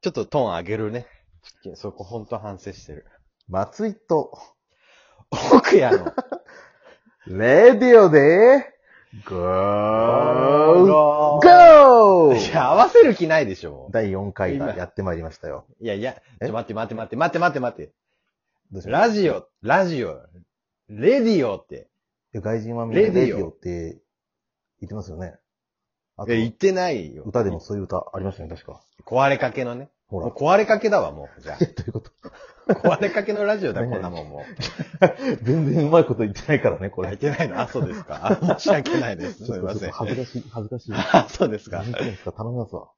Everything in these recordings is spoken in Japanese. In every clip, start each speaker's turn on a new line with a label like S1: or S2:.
S1: ちょっとトーン上げるね。いやそこほんと反省してる。
S2: 松井と、
S1: 奥やの。
S2: レディオで、ゴー
S1: ゴ
S2: ゴ
S1: い
S2: ー
S1: や、合わせる気ないでしょ。
S2: 第4回が
S1: 今
S2: やってまいりましたよ。
S1: いやいや、
S2: え
S1: ちょ、待って待って待って待って待って待って。
S2: どうしま
S1: ラジオ、ラジオ、レディオって。
S2: す外人はみんなレ
S1: レデ
S2: デ
S1: ィオ
S2: ィオって言ってますよね。あ
S1: い
S2: と
S1: や、、言ってないよ。
S2: 歌でもそういう歌ありましたね、確か。
S1: 壊れかけのね。
S2: ほ
S1: もう
S2: ら。
S1: 壊れかけだわ、もう。じゃ
S2: え、どういうこと
S1: あ。壊れかけのラジオだ、 こんなもんも
S2: 全然うまいこと言ってないからね、こ
S1: う。入
S2: れ。
S1: ってないのあ、そうですか。 あ申し訳ないです。
S2: ち
S1: す
S2: ょ
S1: い
S2: っと
S1: ま
S2: ちょ
S1: せ
S2: っと
S1: ん。
S2: 恥ずかしい、恥ずかしい。
S1: あ、そう です か。
S2: 何
S1: い
S2: 言ってんですか頼みますわ。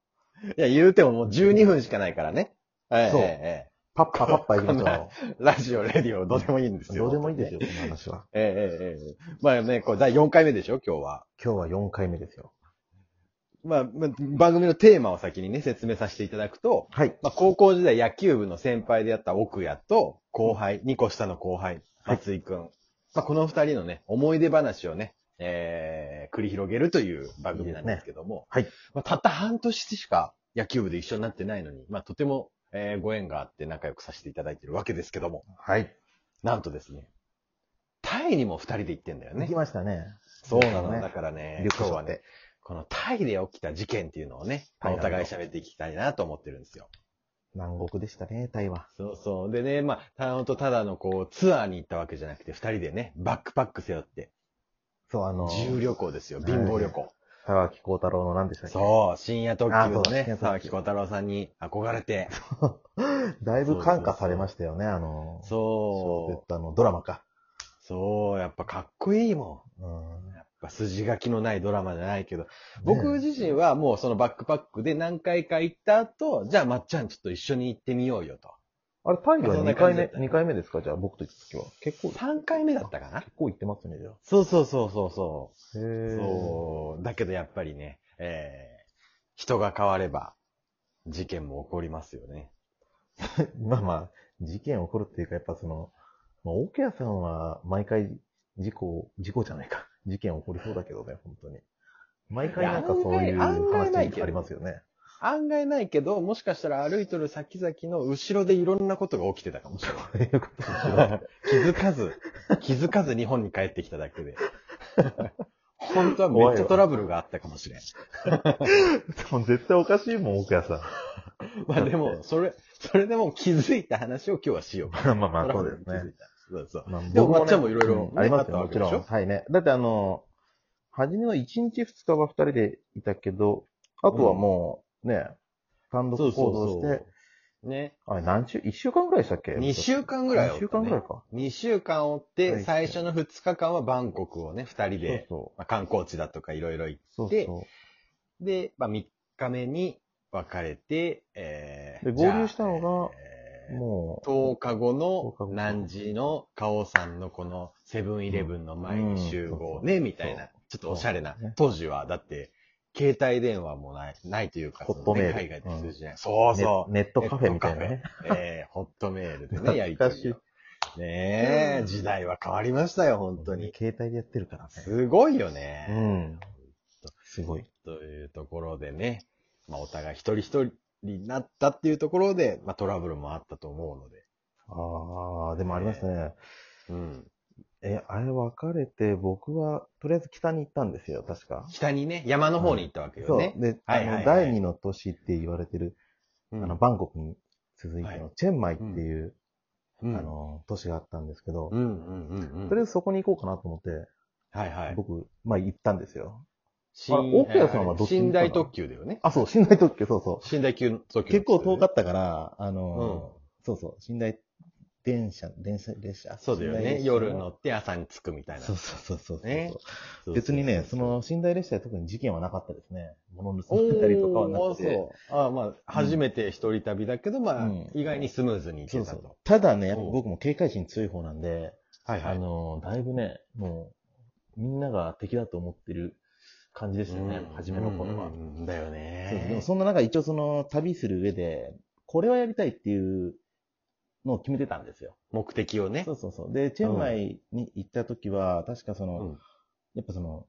S1: や、言うてももう12分しかないからね。ええ
S2: そう
S1: え
S2: パッパパッパ行きましょ
S1: えええラジオ、レディオ、どうでもいいん です
S2: う。
S1: よ。
S2: どうでもいいです
S1: よ。
S2: よ、この話は。
S1: ええええええまあね、これ第4回目でしょ、今日は。
S2: 今日は4回目ですよ。
S1: まあ、まあ番組のテーマを先にね、説明させていただくと、
S2: はい。
S1: まあ、高校時代野球部の先輩であった奥谷と、後輩、2個下の後輩、
S2: はい
S1: 松井くん。まあ、この二人のね、思い出話をね、えー、繰り広げるという番組なんですけども、
S2: いいです
S1: まあ、たった半年しか野球部で一緒になってないのに、まあ、とても、えー、ご縁があって仲良くさせていただいてるわけですけども、
S2: はい。
S1: なんとですね、タイにも二人で行ってんだよ
S2: 行
S1: ね
S2: き。ましたね。
S1: そうなの、
S2: ね
S1: だからね今
S2: 旅、行し
S1: 日
S2: て
S1: はね、このタイで起きた事件っていうのをね、まあ
S2: はい
S1: お互い喋っていきたいなと思ってるんですよ。
S2: 南国でしたね、タイは。
S1: そうそう。でね、まあ、たほんとただのこう、ツアーに行ったわけじゃなくて、二人でね、バックパック背負って、
S2: そう、あの、
S1: 自由旅行ですよ、貧乏旅行。
S2: 沢木幸太郎の何でしたっけ
S1: そう、深夜特急の
S2: あそう
S1: ね、沢木小太郎さんに憧れて、
S2: だいぶ感化されましたよね、あの、小
S1: そ
S2: 説あの、ドラマか。
S1: う、そう、やっぱかっこいいも
S2: うん
S1: ん。やっぱ筋書きのないドラマじゃないけど、
S2: ね
S1: 僕自身はもうそのバックパックで何回か行った後、じゃあまっちゃんちょっと一緒に行ってみようよと。
S2: あれ、タイは
S1: そんな
S2: 2
S1: 感
S2: 回
S1: じだ
S2: 目
S1: っ、た
S2: 二回目ですかじゃあ僕と行った時は。結構、結
S1: 3回目だったかな
S2: 構行ってますね、じゃあ。
S1: そうそうそうそうそ
S2: へ
S1: う。
S2: ー
S1: そう。だけどやっぱりね、えー、人が変われば、事件も起こりますよね。
S2: まあまあ、事件起こるっていうか、やっぱその、まあ、オケさんは毎回事故、事故じゃないか。事件起こりそうだけどね、本当に。毎回なんかそういう
S1: 案外案外ないけ
S2: 話
S1: ど
S2: ありますよ ね。
S1: 案外ないけど、もしかしたら歩いとる先々の後ろでいろんなことが起きてたかもしれ
S2: そういうことですよ
S1: ない。 気づかず、気づかず日本に帰ってきただけ で。本当はめっちゃトラブルがあったかもしれん。
S2: でも絶対おかしいもん、オケさん。
S1: まあでも、それ、それでも気づいた話を今日はしよう。
S2: まあまあまあ、
S1: ト
S2: そ
S1: ラ
S2: う
S1: ブ
S2: で
S1: ルに気づ
S2: すね
S1: い。た。そうそう。
S2: まあ、
S1: でも
S2: 僕
S1: まっちゃんもいろいろ
S2: うんあります
S1: ね
S2: よ、
S1: あったわ
S2: も
S1: け
S2: ち
S1: でしょ
S2: ろん。はいね。だってあの、初めの1日2日は2人でいたけど、あとはもうね、単独
S1: そ
S2: 行
S1: うそう
S2: 動し
S1: そ
S2: て、
S1: う。ね。
S2: あれ何週 ?1 週間ぐらいでしたっけ
S1: 2週間ぐらいは
S2: 2週間ぐらいか。
S1: 2週間追っ
S2: は
S1: て、
S2: い
S1: 最初の2日間はバンコクをね、2人で、
S2: そ
S1: まあ、観光地だとかいろいろ行っ
S2: うそう。そう
S1: で
S2: そ
S1: て、まあ、3日目に別れて、えー、
S2: で合流したのが
S1: じゃあ
S2: う。
S1: えー
S2: もう、
S1: 10日後
S2: 10日後
S1: の何時のカオさんのこのセブンイレブンの前に集合
S2: う
S1: ね、
S2: ん
S1: みたいな、ちょっとおしゃれな
S2: そうね、
S1: 当時はだって、携帯電話もない、ないというか、
S2: ホットメール
S1: そのね海外で通じない。そうそう。
S2: ネネットカフェみたいなね。
S1: えー、ホットメールでね、やり
S2: 懐
S1: と
S2: かしい
S1: りを。ねえ、時代は変わりましたよ、本当に。
S2: 携帯でやってるからね。
S1: すごいよ
S2: う
S1: ね。
S2: ん。すごい。
S1: というところでね、まあ、お互い一人一人になったっていうところで、まあ、トラブルもあったと思うので。
S2: ああ、でもありましたね。
S1: うん。
S2: え、あれ別れて、僕は、とりあえず北に行ったんですよ、確か。
S1: 北にね、山の方に行ったわけ
S2: そ
S1: よ
S2: う。
S1: ね。
S2: で、
S1: はいはいはい
S2: あの第二の都市って言われてる、
S1: あ
S2: あの、バンコクに続いての、チェンマイっていう、
S1: う
S2: あの、都市があったんですけど、
S1: ん、うんうんうんうん。
S2: とりあえずそこに行こうかなと思って、
S1: はいはい。
S2: 僕、まあ行ったんですよ。
S1: 新
S2: あれ奥谷さんはどっちに行
S1: 寝
S2: ったの
S1: 台特急だよね。
S2: あ、そう、寝台特急、そうそ
S1: 寝台級特
S2: う。
S1: 急。
S2: 結構遠か
S1: っ
S2: ったから、あの、
S1: う
S2: そうそう、寝台電車、電車、列車。
S1: た。そうだよ
S2: 寝台
S1: ね。
S2: 列車
S1: 夜乗って朝に着くみたいな。
S2: そうそうそうそうそう。
S1: ね
S2: 別にね、その寝台列車で特に事件はなかったですね。物盗まれたりとかはなくて。
S1: おーそうああまあ、初めて一人旅だけど、まあ、
S2: うん
S1: 意外にスムーズに行け
S2: そう
S1: たと。
S2: そう。ただね、やっぱ
S1: うん
S2: 僕も警戒心強い方なんで、
S1: はいは
S2: あ
S1: い。
S2: の、だいぶね、もう、みんなが敵だと思ってる感じでしたね、初めの頃は。
S1: うんうんうんだよ
S2: そうで
S1: ね
S2: も。そんな中、一応その、旅する上で、これはやりたいっていうのを決めてたんですよ。
S1: 目的をね
S2: そ。うそうそう。で、チェンマイに行った時は、確かその、
S1: うん
S2: やっぱその、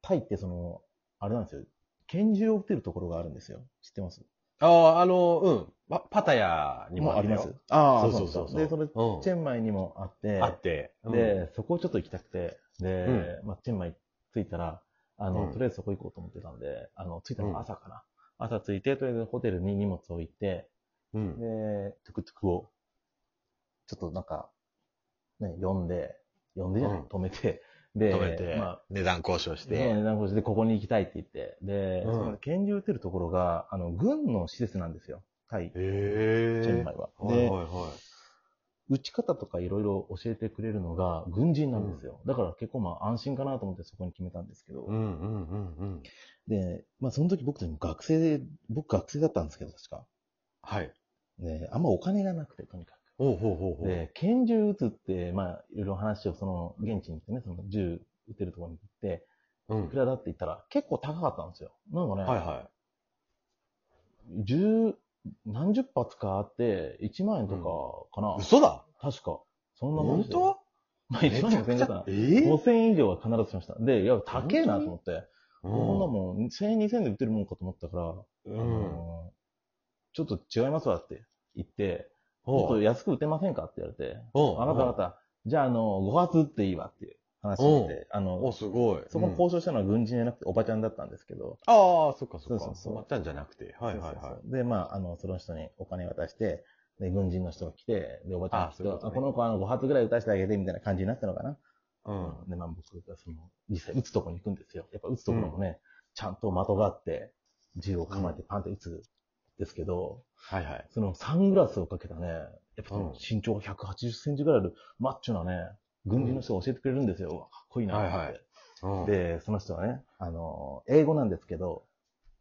S2: タイってその、あれなんですよ。拳銃を撃てるところがあるんですよ。知ってます
S1: ああ、あの、うん。パパタヤにもあ
S2: あ
S1: り
S2: り
S1: ま
S2: ますす。。あ
S1: そ
S2: あ、
S1: うそうそうそう
S2: で、それ、チ
S1: うん
S2: ェンマイにもあって、
S1: あって。うん、
S2: で、そこをちょっと行きたくて、で、まあ、チェンマイ着いたら、あの、
S1: うん
S2: とりあえずそこ行こうと思ってたんで、あの、着いた
S1: うん
S2: の朝かな。朝着いて、とりあえずホテルに荷物を置いて、
S1: うん
S2: で、ト。ゥクトゥクを、ちょっとなんか、ね、呼んで、呼んでじゃない、
S1: うん
S2: 止め て、で、
S1: 止めて、
S2: まあ、
S1: 値段交渉し
S2: そうね、
S1: て。
S2: なんかしてここに行きたいって言って、で、
S1: うん
S2: その拳銃撃てるところが、あの、軍の施設なんですよ。タイ、チ
S1: へ
S2: ェンマイは。で、
S1: いは
S2: 打ち方とかいろいろ教えてくれるのが軍人なんですよ。だから結構まあ安心かなと思ってそこに決めたんですけど。
S1: うんうんうんうん。
S2: で、まあその時僕たちも学生で、僕学生だったんですけど確か。
S1: はい。
S2: ね、あんまお金がなくてとにか
S1: おうほうほう
S2: く。
S1: ほう。
S2: で、拳銃撃つって、まあいろいろ話をその現地に行ってね、その銃撃てるところに行って、
S1: うん
S2: いくらだって言ったら結構高かったんですよ。なんかね、
S1: はいは
S2: 十、何十発かあって1万円とかかな。
S1: い。嘘だ
S2: 確か。そんなも
S1: 本
S2: んですよ。
S1: 当
S2: まあ1万円5000円だったな
S1: え。
S2: 5000円以上は必ずしました。で、いや、高えなと思って、
S1: こ
S2: こんなもん、1000円、2000円で売ってるもんかと思ったから、あ
S1: うん。
S2: のちょっと違いますわって言って、ちょっ
S1: お
S2: と
S1: う
S2: 安く売ってませんかって言われて、
S1: おう
S2: あなた方、じゃあ、あの、5発売っていいわっていう話になっ
S1: う
S2: て、あ
S1: お、
S2: の、
S1: すごい。
S2: そこの
S1: うん
S2: 交渉したのは軍人じゃなくておばちゃんだったんですけど、
S1: ああ、そっかそ
S2: そ
S1: っ
S2: う
S1: か。
S2: そうそう
S1: まったんじゃなくて。はいはい
S2: そ
S1: は
S2: うそうそうで、まあ、あの、その人にお金渡して、で、軍人の人が来て、で、おばちゃん
S1: あ
S2: が来
S1: そ
S2: て、
S1: ういう
S2: あ
S1: ことね
S2: この子あの5発ぐらい打たせてあげて、みたいな感じになったのかな。
S1: い。うん。
S2: で、まあ僕がその、実際撃つとこに行くんですよ。やっぱ撃つところもね、ちゃんと的があって、銃を構えてパンって撃つんですけど、
S1: はいはい。
S2: そのサングラスをかけたね、やっぱそ
S1: うん
S2: の身長が180センチぐらいあるマッチョなね、軍人の人が教えてくれるんですよ。うわかっこいいなって、
S1: はいはいうん、
S2: で、その人はね、あの、英語なんですけど、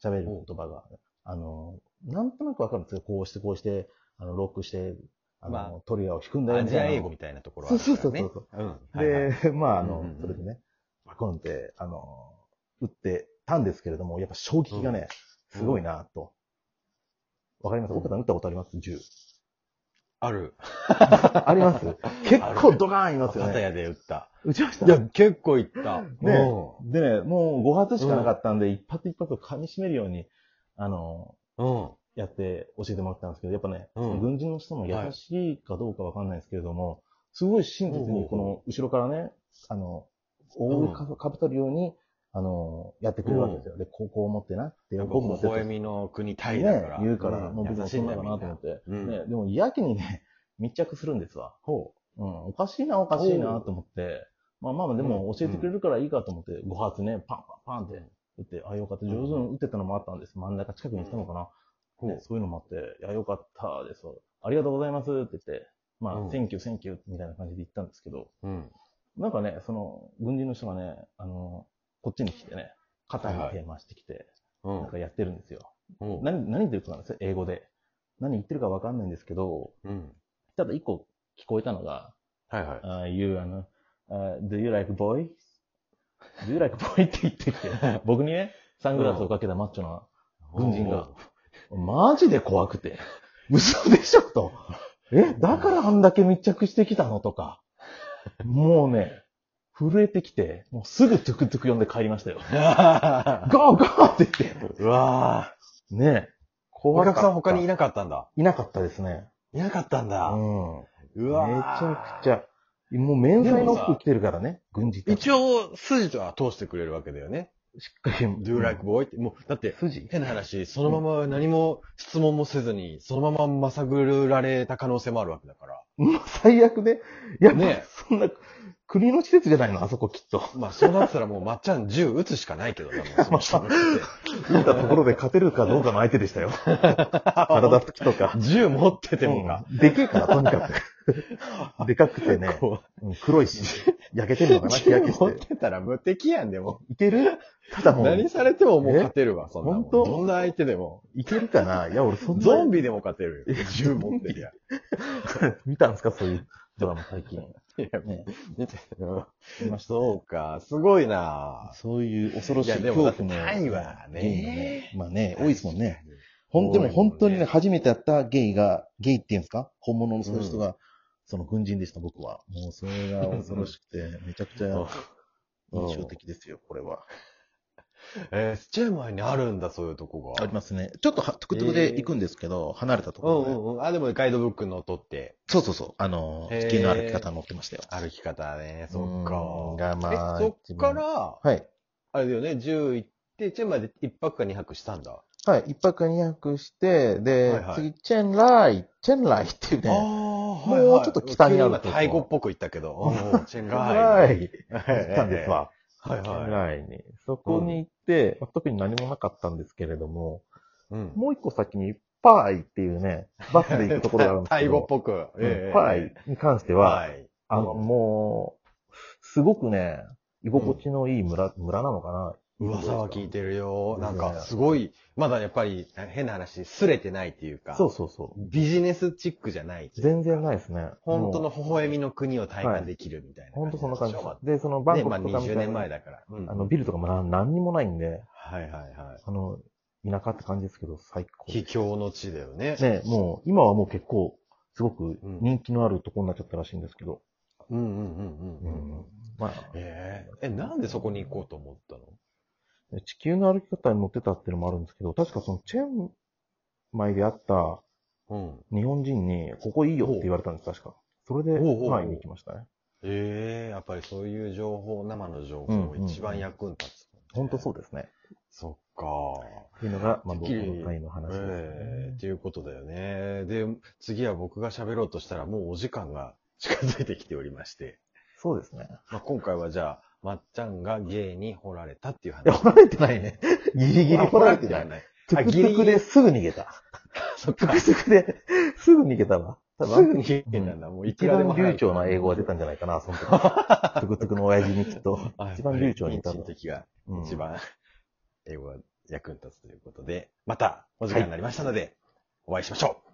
S2: 喋る言葉が、あの、なんとなくわかるんですよ。こうしてこうして、あの、ロックして、あの、
S1: まあ
S2: トリガーを引くんだよ
S1: ア
S2: み
S1: ジ
S2: た
S1: ア
S2: いな。
S1: 英語みたいなところはあるからね。
S2: そうそうそう
S1: うん。はいはい
S2: で、 まあ、あの、
S1: うんうんうん
S2: それでね、バコンって、あの、打ってたんですけれども、やっぱ衝撃がね、
S1: うん
S2: すごいなと。わかります
S1: うん
S2: 岡田打ったことあります銃。
S1: ある。
S2: あ ります結構ドカーンいますよ
S1: パタ
S2: ね。
S1: ヤで打った。
S2: 打ちました
S1: いや、結構いった。
S2: ね
S1: うん
S2: でね、もう5発しかなかったんで、一発一発を噛み締めるように、あの、
S1: うん。
S2: やって教えてもらったんですけど、やっぱね、
S1: うん
S2: 軍人の人も優しいかどうかわかんないですけれども、すごい真実にこの後ろからね、あの、覆いかぶかぶさるように、あの、やってくれるわけですよ。で、こうこう持ってなって、
S1: やっぱ
S2: こう持っ
S1: 微
S2: てと
S1: 笑みの国タイだから。
S2: ね、言うから、
S1: ん
S2: もう別に
S1: 優し
S2: そ
S1: い
S2: うんな
S1: だ
S2: の
S1: か
S2: かなと思って。
S1: みんな
S2: ね、でも、やけにね、 密着するんですわ。う。ん、おかしいな、おかしいなと思って、まあまあまあ、でも教えてくれるからいいかと思って、5発ね、パンパンパンって打って、あ、よかった。上手に打ってたのもあったんです。真ん中近くに来たのかな。
S1: うん
S2: ねそういうのもあって、いや、よかったです。ありがとうございますって言って、ま
S1: うん
S2: あ、センキュー、センキューみたいな感じで言ったんですけど、
S1: うん。
S2: なんかね、その、軍人の人がね、あの、こっちに来てね、肩に手回してきて、
S1: う
S2: なんかやってるんですよ。
S1: ん。
S2: 何、何で言ってたんですよ、英語で。何言ってるかわかんないんですけど、
S1: うん。
S2: ただ一個聞こえたのが、
S1: はいはい。
S2: あ you, あの、あ do you like boys? do you like boy? って言 ってきて、僕にね、サングラスをかけたマッチョな軍人が、マジで怖くて、嘘でしょと。 え、だからあんだけ密着してきたのとか。もうね、震えてきて、もうすぐトゥクトゥク呼んで帰りましたよ。ゴーゴーって言って。
S1: うわぁ。
S2: ねえ。
S1: お
S2: 怖かっ
S1: 客
S2: た
S1: さん他にいなかったんだ。
S2: いなかったですね。
S1: いなかったん
S2: う
S1: だ。
S2: ん。
S1: う
S2: めち
S1: わ
S2: ゃ
S1: ゃ。
S2: くちゃ。もう免罪の
S1: でもさ
S2: 服着てるからね。軍事
S1: 一応、筋は通してくれるわけだよね。
S2: しっかり。
S1: do you like boy? って、もう、だって、
S2: 筋
S1: 変な話、そのまま何も質問もせずに、そのまままさぐられた可能性もあるわけだから。
S2: もう最悪ね。いや、
S1: ね
S2: ね、そんな、国の施設じゃないのあそこきっと。
S1: まあ、そうなったらもう、まっちゃん銃撃つしかないけどな、もうその人にとって
S2: 見たところで勝てるかどうかの相手でし たよ。体つきとか。
S1: 銃持っててもか。
S2: うんでけえから、とに かく。でかくてね、
S1: こ
S2: うん黒いし、焼けてるの
S1: う
S2: かな、日
S1: 銃
S2: 焼け
S1: 持っ
S2: して。
S1: てたら無敵やんでも
S2: いけるただ
S1: う。
S2: もう
S1: 何、されてももう勝てるわ、そんなもん。
S2: 本当
S1: どんな相手でも。
S2: いけるかないや、俺そんな。
S1: ゾンビでも勝てるよ。銃持ってりゃ。
S2: 見たんですかそういうドラマ最近。
S1: いや
S2: ね、
S1: 見て うん
S2: 見ました。
S1: そうか、すごいな
S2: そういう恐ろし
S1: い
S2: い
S1: やで
S2: 恐
S1: も
S2: 怖
S1: だ
S2: の
S1: ってタイはね
S2: ゲイがねまあね、
S1: ぁ
S2: 多いですもんね。。
S1: 多い
S2: ほ
S1: もん
S2: ん
S1: ね
S2: でも本当にね、初めてやったゲイが、ゲイっていうんですか本物のそういう人が、その軍人でした、僕は。もうそ れが恐ろしくて、めちゃくちゃ
S1: うん
S2: 印象的ですよ、これは。
S1: えー、スチェーマイにあるんだ、そういうとこ
S2: あ
S1: が
S2: り。ますね。ちょっとは、トゥクトゥクで行くんですけど、離れたとこ
S1: う
S2: ろ
S1: ん
S2: で、
S1: うんうん。あ、でもガイドブックの取って、
S2: そうそうそう。あの、
S1: へー
S2: 地球の歩き方載ってましたよ。
S1: 歩き方ね、そっ
S2: うん
S1: か。
S2: が、まあ、
S1: え、そっか
S2: 一番、
S1: ら、
S2: はい。
S1: あれだよね、10行って、チェンマイで1泊か2泊したんだ。
S2: はい。一泊二泊して、で、
S1: はいはい
S2: 次、チェンライ、チェンライっていうね。
S1: はい
S2: もうちょっと北にあるとこ
S1: 急今タイ語っぽく言ったけど、おーチェン
S2: チェン
S1: ライ。
S2: ライ。行ったんですわ。
S1: はい
S2: チェン
S1: は
S2: ライに。そこに行って、まあ特に何もなかったんですけれども、
S1: い。うん
S2: もう一個先に、パーイっていうね、バスで行くところがあるんで す
S1: タ
S2: け
S1: イ
S2: ど。
S1: 語っぽく。
S2: う
S1: え
S2: ん
S1: え
S2: パーイに関しては、
S1: い。
S2: あの、
S1: うん
S2: もう、すごくね、居心地のいい村、村なのかな。
S1: 噂は聞いてるよ。
S2: で
S1: な
S2: す
S1: ん
S2: ね
S1: か、すごい、まだやっぱり、変な話、すれてないっていうか、
S2: そうそうそう。
S1: ビジネスチックじゃないっていう。
S2: 全然ないですね。
S1: 本当の
S2: も。
S1: 微笑みの国を体感できるみたいうな。
S2: 本当そんな感じ
S1: ね。
S2: で、その
S1: ま
S2: バ
S1: あ
S2: ンコクとかみた
S1: 20
S2: い
S1: 年
S2: な、
S1: 前だから。うん
S2: あの、ビルとかもな何にもないんで、
S1: はいはいは
S2: あの、田舎って感じですけど、最高
S1: い。。秘境の地だよね。
S2: ね、もう、今はもう結構、すごく
S1: うん
S2: 人気のあるとこになっちゃったらしいんですけど。
S1: うんうんうん
S2: う
S1: うんうん。
S2: ん。まあ、
S1: えええ、なんでそこに行こうと思ったの
S2: 地球の歩き方に乗ってたっていうのもあるんですけど、確かそのチェンマイであった
S1: うん。
S2: 日本人に、ここいいよって言われたんです、確か。それで、
S1: おうおうおう
S2: 前に行きましたね。
S1: ええやっぱりそういう情報、生の情報、一番役に立つ、
S2: 本当そう
S1: だ。
S2: ですね。
S1: そっか。
S2: っていうのが、ま
S1: てっ
S2: あ、僕
S1: きり
S2: の会の話ですね。
S1: ええっていうことだよね。で、次は僕が喋ろうとしたら、もうお時間が近づいてきておりまして。
S2: そうですね。
S1: まあ、今回はじゃあ、まっちゃんがゲイに掘られたっていう話。
S2: いや、掘られてないね。ギリギリ
S1: あ
S2: 掘られてない。
S1: ない。
S2: ト
S1: あ
S2: ゥクト
S1: ギリ
S2: ゥ
S1: ギ
S2: ク
S1: リ
S2: ですぐ逃 げた。
S1: そっ
S2: トゥ
S1: か。
S2: ク
S1: す
S2: トゥクで、すぐ逃げたわ。多分
S1: ぐにゲイなんだ。もうい
S2: 一
S1: くらでも
S2: 番流暢な英語が出たんじゃないかな、その時。トゥクトゥクの親父にきっと。 一番流暢に多
S1: 多分。
S2: 分
S1: 人的が
S2: うん
S1: 一。番英語が役に立つということで、またお時間になりましたので、お会いしましょう